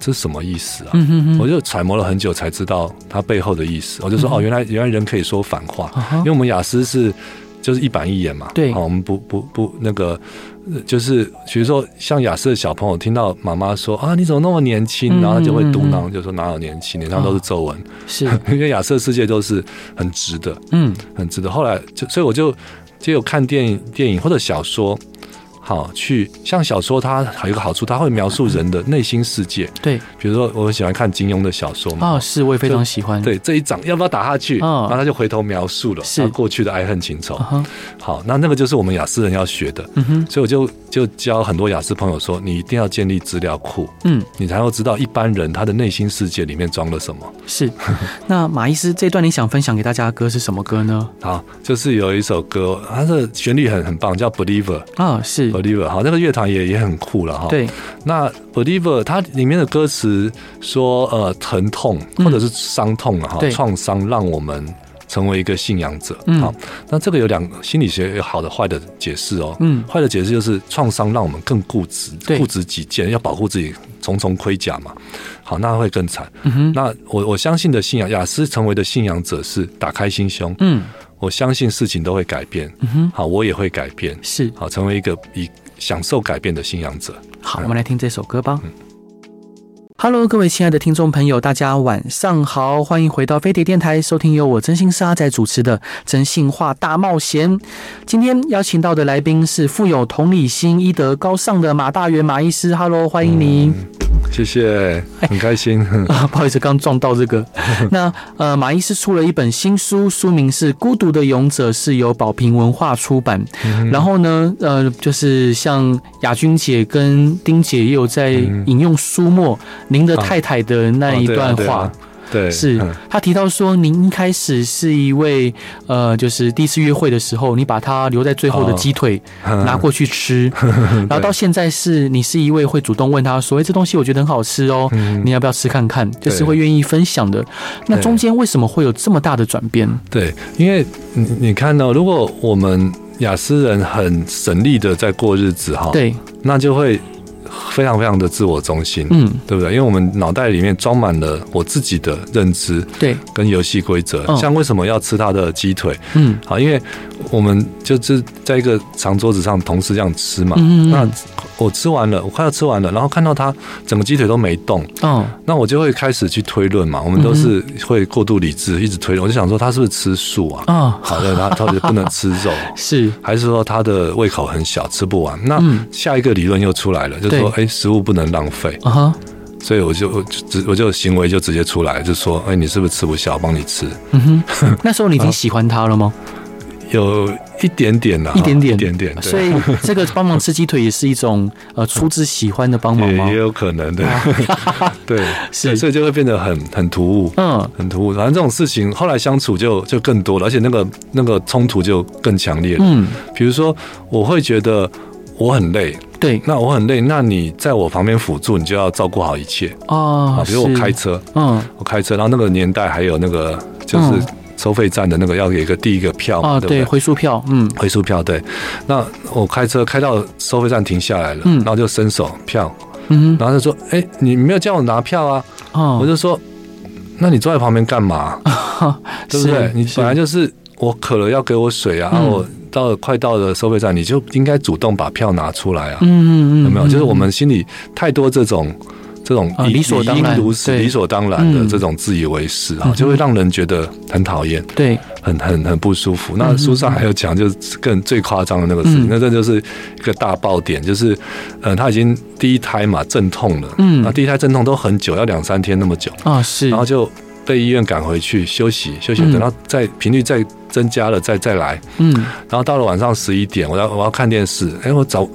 B: 这是什么意思啊？
A: 嗯嗯哼哼，
B: 我就揣摩了很久才知道它背后的意思。我就说哦，原来原来人可以说反话，
A: 啊哈
B: 因为我们雅思是就是一板一眼嘛，
A: 对
B: 哦，我们不不不那个。呃就是比如说，像雅思的小朋友听到妈妈说啊，你怎么那么年轻，
A: 嗯
B: 然后他就会嘟
A: 嗯哦
B: 囔，就说哪有年轻，脸上都是皱纹。 [laughs]
A: [laughs] 是，
B: 因为亚瑟世界都是很直的，
A: 嗯，
B: 很直的。后来就所以我就就有看电影、电影或者小说，好去像小说它还有一个好处，它会描述人的内心世界。
A: 对，
B: 比如说我很喜欢看金庸的小说嘛，
A: 哦，是，我也非常喜欢，，
B: 对这一掌要不要打下去，
A: 哦
B: 然后他就回头描述了
A: 是
B: 他过去的爱恨情仇
A: 啊。哈，
B: 好，那那个就是我们雅思人要学的。
A: 嗯哼，
B: 所以我就就教很多雅思朋友说，你一定要建立资料库，
A: 嗯，
B: 你才会知道一般人他的内心世界里面装了什么。
A: [laughs] 是。那马医师这段你想分享给大家的歌是什么歌呢？
B: 好，就是有一首歌，它的旋律很很棒，叫《Believer》。
A: 啊，是，
B: Believer，好，那个乐团也也很酷了哈。，
A: 对，
B: 那 Believer 它里面的歌词说，呃，疼痛
A: 嗯
B: 或者是伤痛啊了哈
A: 对，
B: 创伤让我们成为一个信仰者。
A: 嗯
B: 好，那这个有两个心理学有好的坏的解释哦。
A: 嗯，
B: 坏的解释就是创伤让我们更固执
A: 对，
B: 固执己见，要保护自己重重盔甲嘛。好，那会更惨。
A: 嗯哼，
B: 那我我相信的信仰，雅思成为的信仰者是打开心胸，
A: 嗯，
B: 我相信事情都会改变，
A: 嗯哼，
B: 好，我也会改变，
A: 是。
B: 好，成为一个以享受改变的信仰者。
A: 好，我们来听这首歌吧。Hello，各位亲爱的听众朋友，大家晚上好，欢迎回到飞碟电台，收听由我真心是阿仔主持的《真心话大冒险》。今天邀请到的来宾是富有同理心、医德高尚的马大元马医师。Hello，欢迎您。
B: 谢谢，
A: 哎
B: 很开心。
A: 啊，不好意思，刚撞到这
B: [laughs]
A: 个。那呃，马医师出了一本新书，书名是《孤独的勇者》，是由宝瓶文化出版。
B: 嗯
A: 然后呢，呃，就是像雅君姐跟丁姐也有在引用苏沫、您的太太的 [laughs] 那一段
B: 嗯啊哦对啊对
A: 话，
B: 啊对，
A: 是
B: 嗯
A: 她提到说，您一开始是一位呃，就是第一次约会的时候，你把它留在最后的
B: 哦
A: 鸡腿、
B: 嗯
A: 拿过去吃，
B: [laughs]
A: 然后到现在是你是一位会主动问他说，哎、这东西我觉得很好吃哦，
B: 嗯
A: 你要不要吃看看？就是
B: 对
A: 会愿意分享的。那
B: 对哦
A: 中间为什么会有这么大的转变？
B: 对，因为你你看到、如果我们雅思人很省力的在过日子哈，，
A: 对，
B: 那就会非常非常的自我中心，
A: 嗯，
B: 对不对？因为我们脑袋里面装满了我自己的认知
A: 对，
B: 跟游戏规则，
A: 嗯
B: 像为什么要吃他的鸡腿？
A: 嗯
B: 好，因为我们就是在一个长桌子上同时这样吃嘛。
A: 嗯
B: 那
A: 嗯
B: 我吃完了，我快要吃完了，然后看到他整个鸡腿都没动，
A: 嗯，哦，
B: 那我就会开始去推论嘛。我们都是
A: 嗯
B: 会过度理智，一直推论。我就想说，他是不是吃素啊？
A: 哦，
B: 好的，他他就不能吃
A: [laughs]
B: 肉，
A: 是，
B: 还是说他的胃口很小，吃不完？那
A: 嗯
B: 下一个理论又出来了，就是说，哎，食物不能浪费。
A: 啊哈，
B: 所以我就我就直我就行为就直接出来，就说，哎，你是不是吃不消？我帮你吃。
A: 嗯哼，那时候你已
B: [laughs] 啊
A: 经喜欢他了吗？
B: 有一点点啦，
A: 一点点
B: 一点点，对
A: 所以这个帮忙吃鸡腿也是一种呃出自喜欢的帮忙
B: [laughs] 也
A: 吗
B: 也？有可能的， [laughs] 对，
A: 啊 [laughs] 是
B: 所以就会变得很很突兀，
A: 嗯，
B: 很突兀。反正这种事情后来相处就就更多了，而且那个那个冲突就更强烈了。
A: 嗯，
B: 比如说，我会觉得我很累，
A: 对，
B: 那我很累，那你在我旁边辅助，你就要照顾好一切
A: 哦
B: 啊。，比如我
A: 是
B: 开，车，
A: 嗯，
B: 我开车，然后那个年代还有那个就是
A: 嗯
B: 收费站的那个要有一个第一个票嘛，
A: 哦，
B: 对不
A: 对，
B: 对？
A: 回数票，嗯，
B: 回数票对，那我开车开到收费站停下来了，
A: 嗯
B: 然后就伸手票，
A: 嗯哼，
B: 然后就说：“哎、你没有叫我拿票啊！”
A: 哦，
B: 我就说：“那你坐在旁边干嘛？对不对
A: 是？
B: 你本来就是我渴了要给我水啊，啊
A: 嗯
B: 我到了快到了收费站，你就应该主动把票拿出来啊，
A: 嗯嗯嗯，
B: 有没有？
A: 嗯
B: 就是我们心里太多这种。”这种
A: 啊
B: 以
A: 理所当然
B: 理应如是、
A: 对
B: 理所当然的
A: 嗯
B: 这种自以为是
A: 嗯
B: 啊
A: 哼，
B: 就会让人觉得很讨厌。
A: 对，
B: 很很很不舒服。那书上还有讲，就是更最夸张的那个事情
A: 嗯，
B: 那这就是一个大爆点，就是呃，他已经第一胎嘛阵痛了，
A: 嗯
B: 那第一胎阵痛都很久，要两三天那么久，
A: 啊是，
B: 然后就被医院赶回去休息休息，
A: 嗯
B: 等到再频率再增加了再再来，
A: 嗯
B: 然后到了晚上十一点，我要我要看电视，哎，我找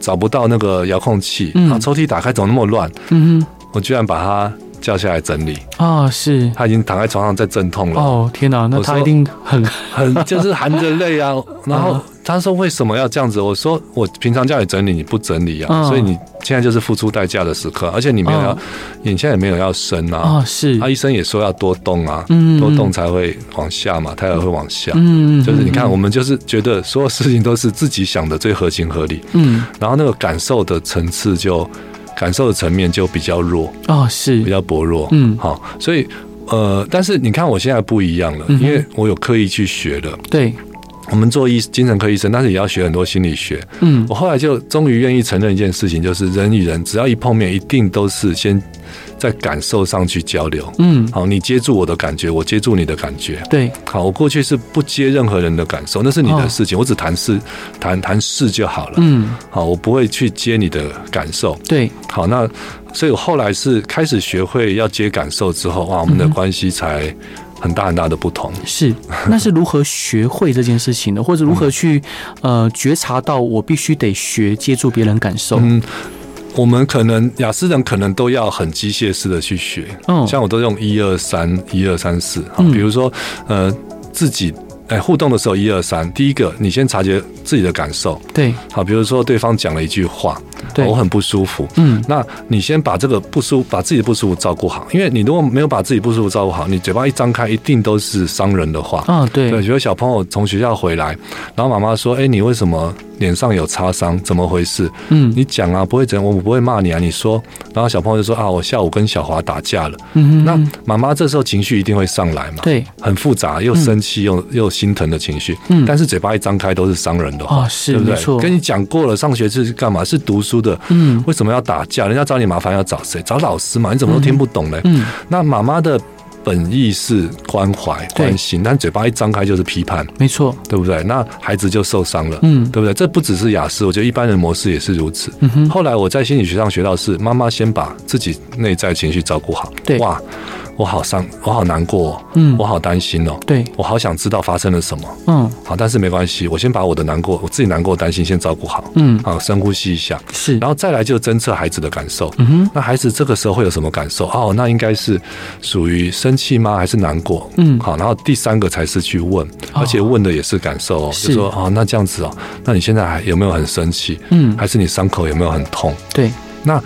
B: 找不到那个遥控器，
A: 嗯
B: 然后抽屉打开怎么那么乱，
A: 嗯哼，
B: 我居然把它叫下来整理，
A: 啊是，
B: 他已经躺在
A: 哦
B: 床上在阵痛了。
A: 哦，天哪，那
B: 我
A: 他
B: 说
A: 一定很 [laughs] 嗯
B: 很就是含着泪啊，然后他说为什么要这样子？我说我平常叫你整理你不整理啊，
A: 嗯
B: 所以你现在就是付出代价的时刻，而且你没有要，
A: 嗯
B: 你现在也没有要生啊，
A: 哦，是
B: 他、，医生也说要多动啊，
A: 嗯
B: 多动才会往下嘛，胎儿会往下。
A: 嗯
B: 就是你看，我，们就是觉得所有事情都是自己想的最合情合理，
A: 嗯，
B: 然后那个感受的层次就感受的层面就比较弱，
A: 哦，
B: 比
A: 是，
B: 较薄弱。
A: 嗯
B: 好，所以呃，但是你看我现在不一样了，
A: 嗯哼
B: 因为我有刻意去学了。
A: 对，
B: 我们做医精神科医生，但是也要学很多心理学。
A: 嗯
B: 我，后来就终于愿意承认一件事情，就是人与人只要一碰面，一定都是先在感受上去交流。
A: 嗯，
B: 好，你接住我的感觉，我接住你的感觉。
A: 对，
B: 好，我过去是不接任何人的感受，那是你
A: 哦
B: 的事情，我只谈事，谈谈事就好了。
A: 嗯，
B: 好，我不会去接你的感受。
A: 对，
B: 好，那所以我后来是开始学会要接感受之后，哇，我们的
A: 嗯哼
B: 关系才很大很大的不同。 [laughs]
A: 是，那是如何学会这件事情的，或者如何去呃觉察到我必须得学接住别人感受？
B: 嗯，我们可能雅思人可能都要很机械式的去学，
A: 哦
B: 像我都用一二三一二三四，好
A: 嗯
B: 比如说呃自己。哎，互动的时候一二三，第一个你先察觉自己的感受，
A: 对
B: 好，比如说对方讲了一句话，
A: 对
B: 哦我很不舒服，
A: 嗯，
B: 那你先把这个不舒把自己的不舒服照顾好，因为你如果没有把自己不舒服照顾好，你嘴巴一张开一定都是伤人的话，
A: 啊，对
B: 对，比如小朋友从学校回来，然后妈妈说：“哎、你为什么脸上有擦伤？怎么回事？”
A: 嗯
B: 你讲啊，不会怎样，我不会骂你啊。你说，然后小朋友就说：“啊，我下午跟小华打架了。
A: 嗯
B: 那
A: 嗯，
B: 妈妈这时候情绪一定会上来嘛，
A: 对，
B: 很复杂，又生气又、又心疼的情绪。
A: 嗯
B: 但是嘴巴一张开都是伤人的话，
A: 啊，是
B: 对不
A: 没
B: 对？
A: 错，
B: 跟你讲过了，上学是干嘛？是读书的。
A: 嗯
B: 为什么要打架？人家找你麻烦要找谁？找老师嘛？你怎么都听不懂呢？
A: 嗯
B: 那妈妈的本意是关怀、
A: 对
B: 关心，但嘴巴一张开就是批判，
A: 没错，
B: 对不对？那孩子就受伤了，
A: 嗯
B: 对不对？这不只是雅思，我觉得一般人模式也是如此。
A: 嗯哼，
B: 后来我在心理学上学到是，妈妈先把自己内在情绪照顾好。
A: 对
B: 哇，我好伤，我好难过、哦，
A: 嗯
B: 我好担心哦，
A: 对，
B: 我好想知道发生了什么。
A: 嗯
B: 好，但是没关系，我先把我的难过，我自己难过、担心先照顾好，
A: 嗯
B: 好，深呼吸一下，
A: 是，
B: 然后再来就侦测孩子的感受。
A: 嗯哼
B: 那孩子这个时候会有什么感受？哦，那应该是属于生气吗？还是难过？
A: 嗯哦
B: 好，然后第三个才是去问，而且问的也是感受哦，
A: 是
B: 就说哦，那这样子哦，那你现在还有没有很生气？
A: 嗯
B: 还是你伤口有没有很痛？
A: 对
B: 那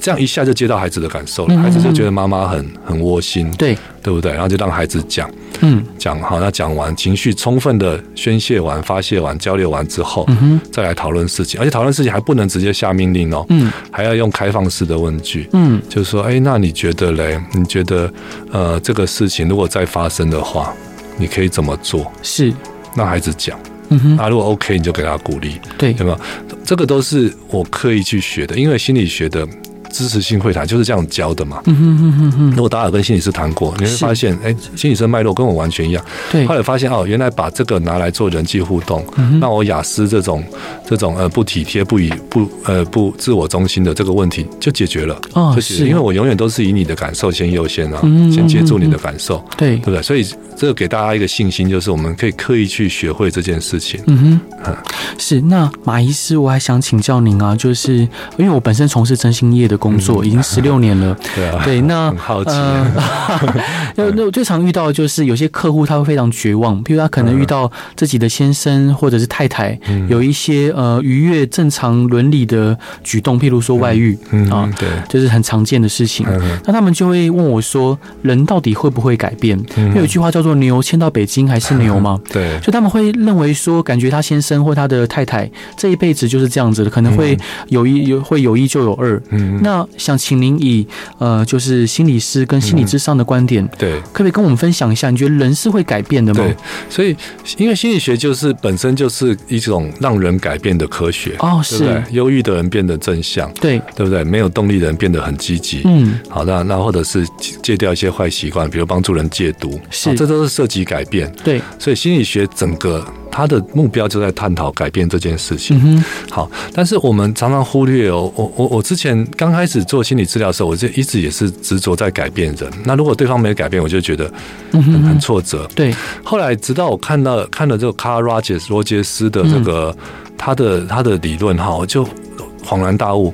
B: 这样一下就接到孩子的感受了，
A: 嗯
B: 孩子就觉得妈妈很很窝心，
A: 对，
B: 对不对？然后就让孩子讲
A: 嗯
B: 讲好，那讲完情绪充分的宣泄完、发泄完、交流完之后，
A: 嗯哼
B: 再来讨论事情，而且讨论事情还不能直接下命令哦，
A: 嗯
B: 还要用开放式的问句。
A: 嗯
B: 就说：“哎，那你觉得嘞？你觉得，呃，这个事情如果再发生的话，你可以怎么做
A: 是，？”
B: 让孩子讲。
A: 嗯哼
B: 那如果 OK，你就给他鼓励，
A: 对
B: 有没有？这个都是我刻意去学的，因为心理学的支持性会谈就是这样教的嘛。
A: 嗯哼嗯哼嗯哼
B: 如果大家有跟心理师谈过，你会
A: 是
B: 发现，哎，心理师脉络跟我完全一样。
A: 对
B: 后来发现哦，原来把这个拿来做人际互动，
A: 嗯
B: 那
A: 哼
B: 我雅思这种这种呃不体贴、不以不呃不自我中心的这个问题就解决了。
A: 哦
B: 就解决
A: 是
B: 因为我永远都是以你的感受先优先啊，
A: 嗯
B: 先接住你的感受，
A: 对
B: 对不对？所以这个给大家一个信心，就是我们可以刻意去学会这件事情。
A: 嗯哼，是那马医师，我还想请教您啊，就是因为我本身从事真心业的工作，已经十六年了。
B: 对嗯啊，
A: 对，那
B: 很好奇啊
A: 呃，
B: [laughs]
A: 那那我最常遇到的就是有些客户他会非常绝望，譬如他可
B: 嗯
A: 能遇到自己的先生或者是太太有一些呃逾越正常伦理的举动，譬如说外遇
B: 嗯，
A: 啊，
B: 对，
A: 就是很常见的事情。
B: 嗯
A: 那他们就会问我说，人到底会不会改变？
B: 嗯
A: 因为有一句话叫做“牛迁到北京还是牛”嘛。
B: [laughs] 对，
A: 就他们会认为说，感觉他先生或他的太太这一辈子就是这样子的，可能会有一有会有一就有二。
B: 嗯，
A: 那想请您以呃，就是心理师跟心理智商的观点，
B: 对。
A: 可不可以跟我们分享一下？你觉得人是会改变的吗？
B: 嗯对，所以因为心理学就是本身就是一种让人改变的科学，
A: 哦，
B: 对不对
A: 是，？
B: 忧郁的人变得正向，
A: 对，
B: 对不对？没有动力的人变得很积极，
A: 嗯，
B: 好，那那或者是戒戒掉一些坏习惯，比如帮助人戒毒，
A: 是
B: 好这都是涉及改变。
A: 对，
B: 所以心理学整个它的目标就在探讨改变这件事情。
A: 嗯哼，
B: 好，但是我们常常忽略哦，我我我之前刚开始做心理治疗的时候，我就一直也是执着在改变人。那如果对方没有改变，我就觉得
A: 嗯
B: 很
A: 哼
B: 很
A: 哼，
B: 挫折。
A: 对，
B: 后来直到我看到看了这个卡罗杰罗杰斯的这个、
A: 嗯
B: 他的他的理论哈，我就恍然大悟。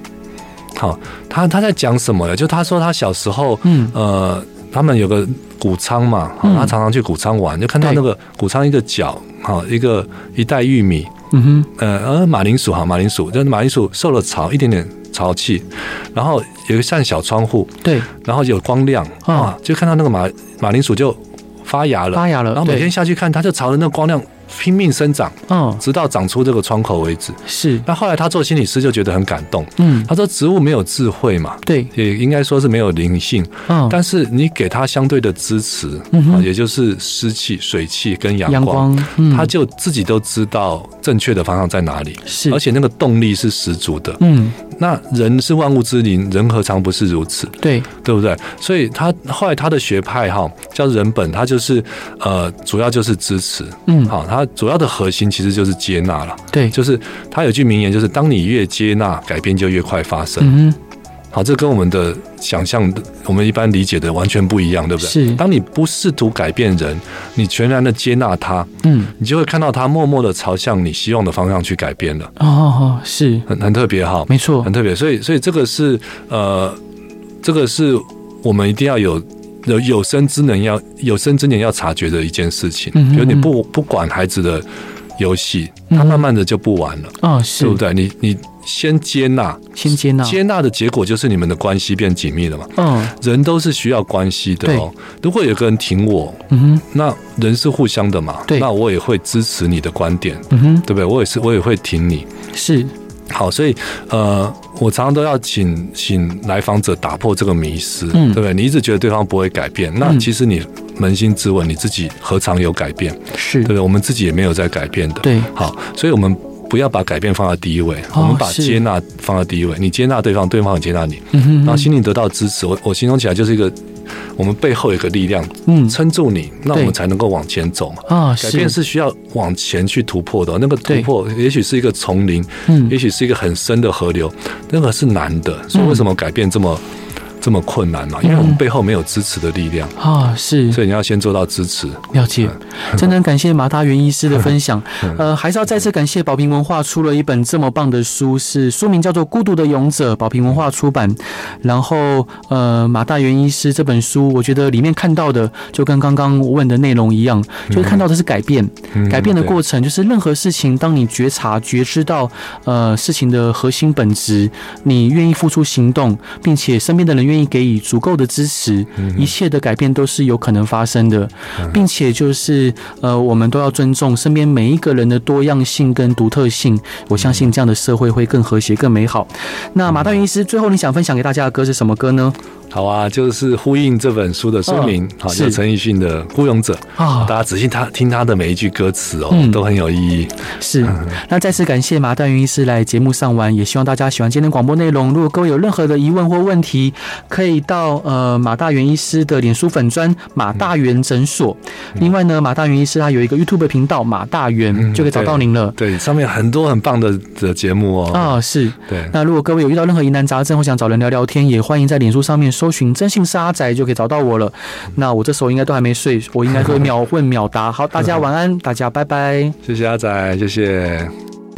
B: 好，他他在讲什么呢？就他说他小时候，
A: 嗯
B: 呃，他们有个谷仓嘛，好
A: 嗯
B: 他常常去谷仓玩，就看到
A: 对
B: 那个谷仓一个角，好一个一袋玉米，
A: 嗯
B: 呃呃马铃薯哈，马铃薯就是马铃薯受了潮一点点潮气，然后有一扇小窗户，
A: 哼，对，
B: 然后有光亮
A: 嗯
B: 啊，就看到那个马马铃薯就发芽了，
A: 发芽了，
B: 然后每天下去看，它就朝着那个光亮拼命生长，
A: 对，嗯，
B: 直到长出这个窗口为止。
A: 是，
B: 那后来他做心理师就觉得很感动，
A: 嗯，
B: 他说植物没有智慧嘛，
A: 对，
B: 也应该说是没有灵性，
A: 嗯，
B: 但是你给它相对的支持，
A: 嗯哼
B: 啊，也就是湿气、水气跟阳
A: 阳
B: 光，
A: 光，嗯，
B: 它就自己都知道正确的方向在哪里，
A: 是，
B: 而且那个动力是十足的。
A: 嗯，
B: 那人是万物之灵，人何尝不是如此？
A: 对，
B: 对不对？所以他后来他的学派哈叫人本，他就是呃主要就是支持，
A: 嗯，
B: 好，他主要的核心其实就是接纳了，
A: 对，
B: 就是他有一句名言，就是当你越接纳，改变就越快发生。
A: 嗯哼，
B: 好，这跟我们的想象，我们一般理解的完全不一样，对不对？
A: 是
B: 当你不试图改变人，你全然的接纳他，
A: 嗯，
B: 你就会看到他默默的朝向你希望的方向去改变了，
A: 哦哦，哦是，
B: 很很特别哈。
A: 没错
B: 很，特别，所以所以这个是呃，这个是我们一定要有有有生之年要有生之年要察觉的一件事情。
A: 嗯哼
B: 比如你
A: 嗯
B: 不不管孩子的游戏，
A: 嗯
B: 他
A: 哼
B: 慢慢的就不玩了，
A: 哦，是啊
B: 对不，对？你你先接纳，
A: 先接纳，
B: 接纳的结果就是你们的关系变紧密了嘛。
A: 嗯，
B: 人都是需要关系的哦。如果有个人挺我，
A: 嗯哼，
B: 那人是互相的嘛。
A: 对
B: 那我也会支持你的观点，
A: 嗯哼，
B: 对不对？我也是，我也会挺你。
A: 是，
B: 好，所以呃，我常常都要请请来访者打破这个迷失，
A: 嗯
B: 对不对？你一直觉得对方不会改变，那
A: 嗯
B: 其实你扪心自问，你自己何尝有改变？
A: 是
B: 对不，对？我们自己也没有在改变的。，
A: 对，
B: 好，所以我们不要把改变放在第一位，
A: 哦
B: 我们把
A: 是
B: 接纳放在第一位。你接纳对方，对方也接纳你，
A: 嗯哼，
B: 然后心灵得到支持。我我形容起来就是一个，我们背后有一个力量
A: 嗯，
B: 撑住你，那我
A: 对
B: 们才能够往前走嘛。
A: 啊，
B: 改变，是需要往前去突破的，那个突
A: 对
B: 破也许是一个丛林，
A: 嗯
B: 也，许是一个很深的河流，那个是难的。所以为什么改变这么、这么困难
A: 嗯
B: 嘛？因为我们背后没有支持的力量，
A: 啊，是，
B: 所以你要先做到支持。
A: 了
B: 嗯
A: 解，真的很感谢马大元医师的分
B: [laughs]
A: 享。呃，还是要再次感谢宝瓶文化出了一本这么棒的书，是书名叫做《孤独的勇者》，宝瓶文化出版。然后，呃，马大元医师这本书，我觉得里面看到的就跟刚刚我问的内容一样，就是看到的是改变，
B: 嗯
A: 改变的
B: 对
A: 过程就是任何事情，当你觉察、觉知到呃事情的核心本质，你愿意付出行动，并且身边的人愿意给予足够的支持，一切的改变都是有可能发生的，并且就是呃，我们都要尊重身边每一个人的多样性跟独特性。我相信这样的社会会更和谐、更美好。那马大元医师，最后你想分享给大家的歌是什么歌呢？
B: 好啊，就是呼应这本书的说明，好、
A: 嗯是
B: 就陈奕迅的《孤勇者》，
A: 啊
B: 大，家仔细他听他的每一句歌词哦，
A: 嗯
B: 都很有意义。
A: 是，
B: 嗯
A: 那再次感谢马大云医师来节目上玩，也希望大家喜欢今天的广播内容。如果各位有任何的疑问或问题，可以到呃马大元医师的脸书粉专马大元诊
B: 嗯
A: 所。另外呢，马大元医师他有一个 YouTube 频道马大元，
B: 嗯
A: 就可以找到您了。
B: 对，上面很多很棒的的节目哦。
A: 啊、是。
B: 对，
A: 那如果各位有遇到任何疑难杂症或想找人聊聊天，也欢迎在脸书上面搜寻“真性是阿仔”就可以找到我了。那我这时候应该都还没睡，
B: [laughs]
A: 我应该会秒问秒答。好，大家晚安，大家拜拜。
B: 谢谢阿仔，谢谢。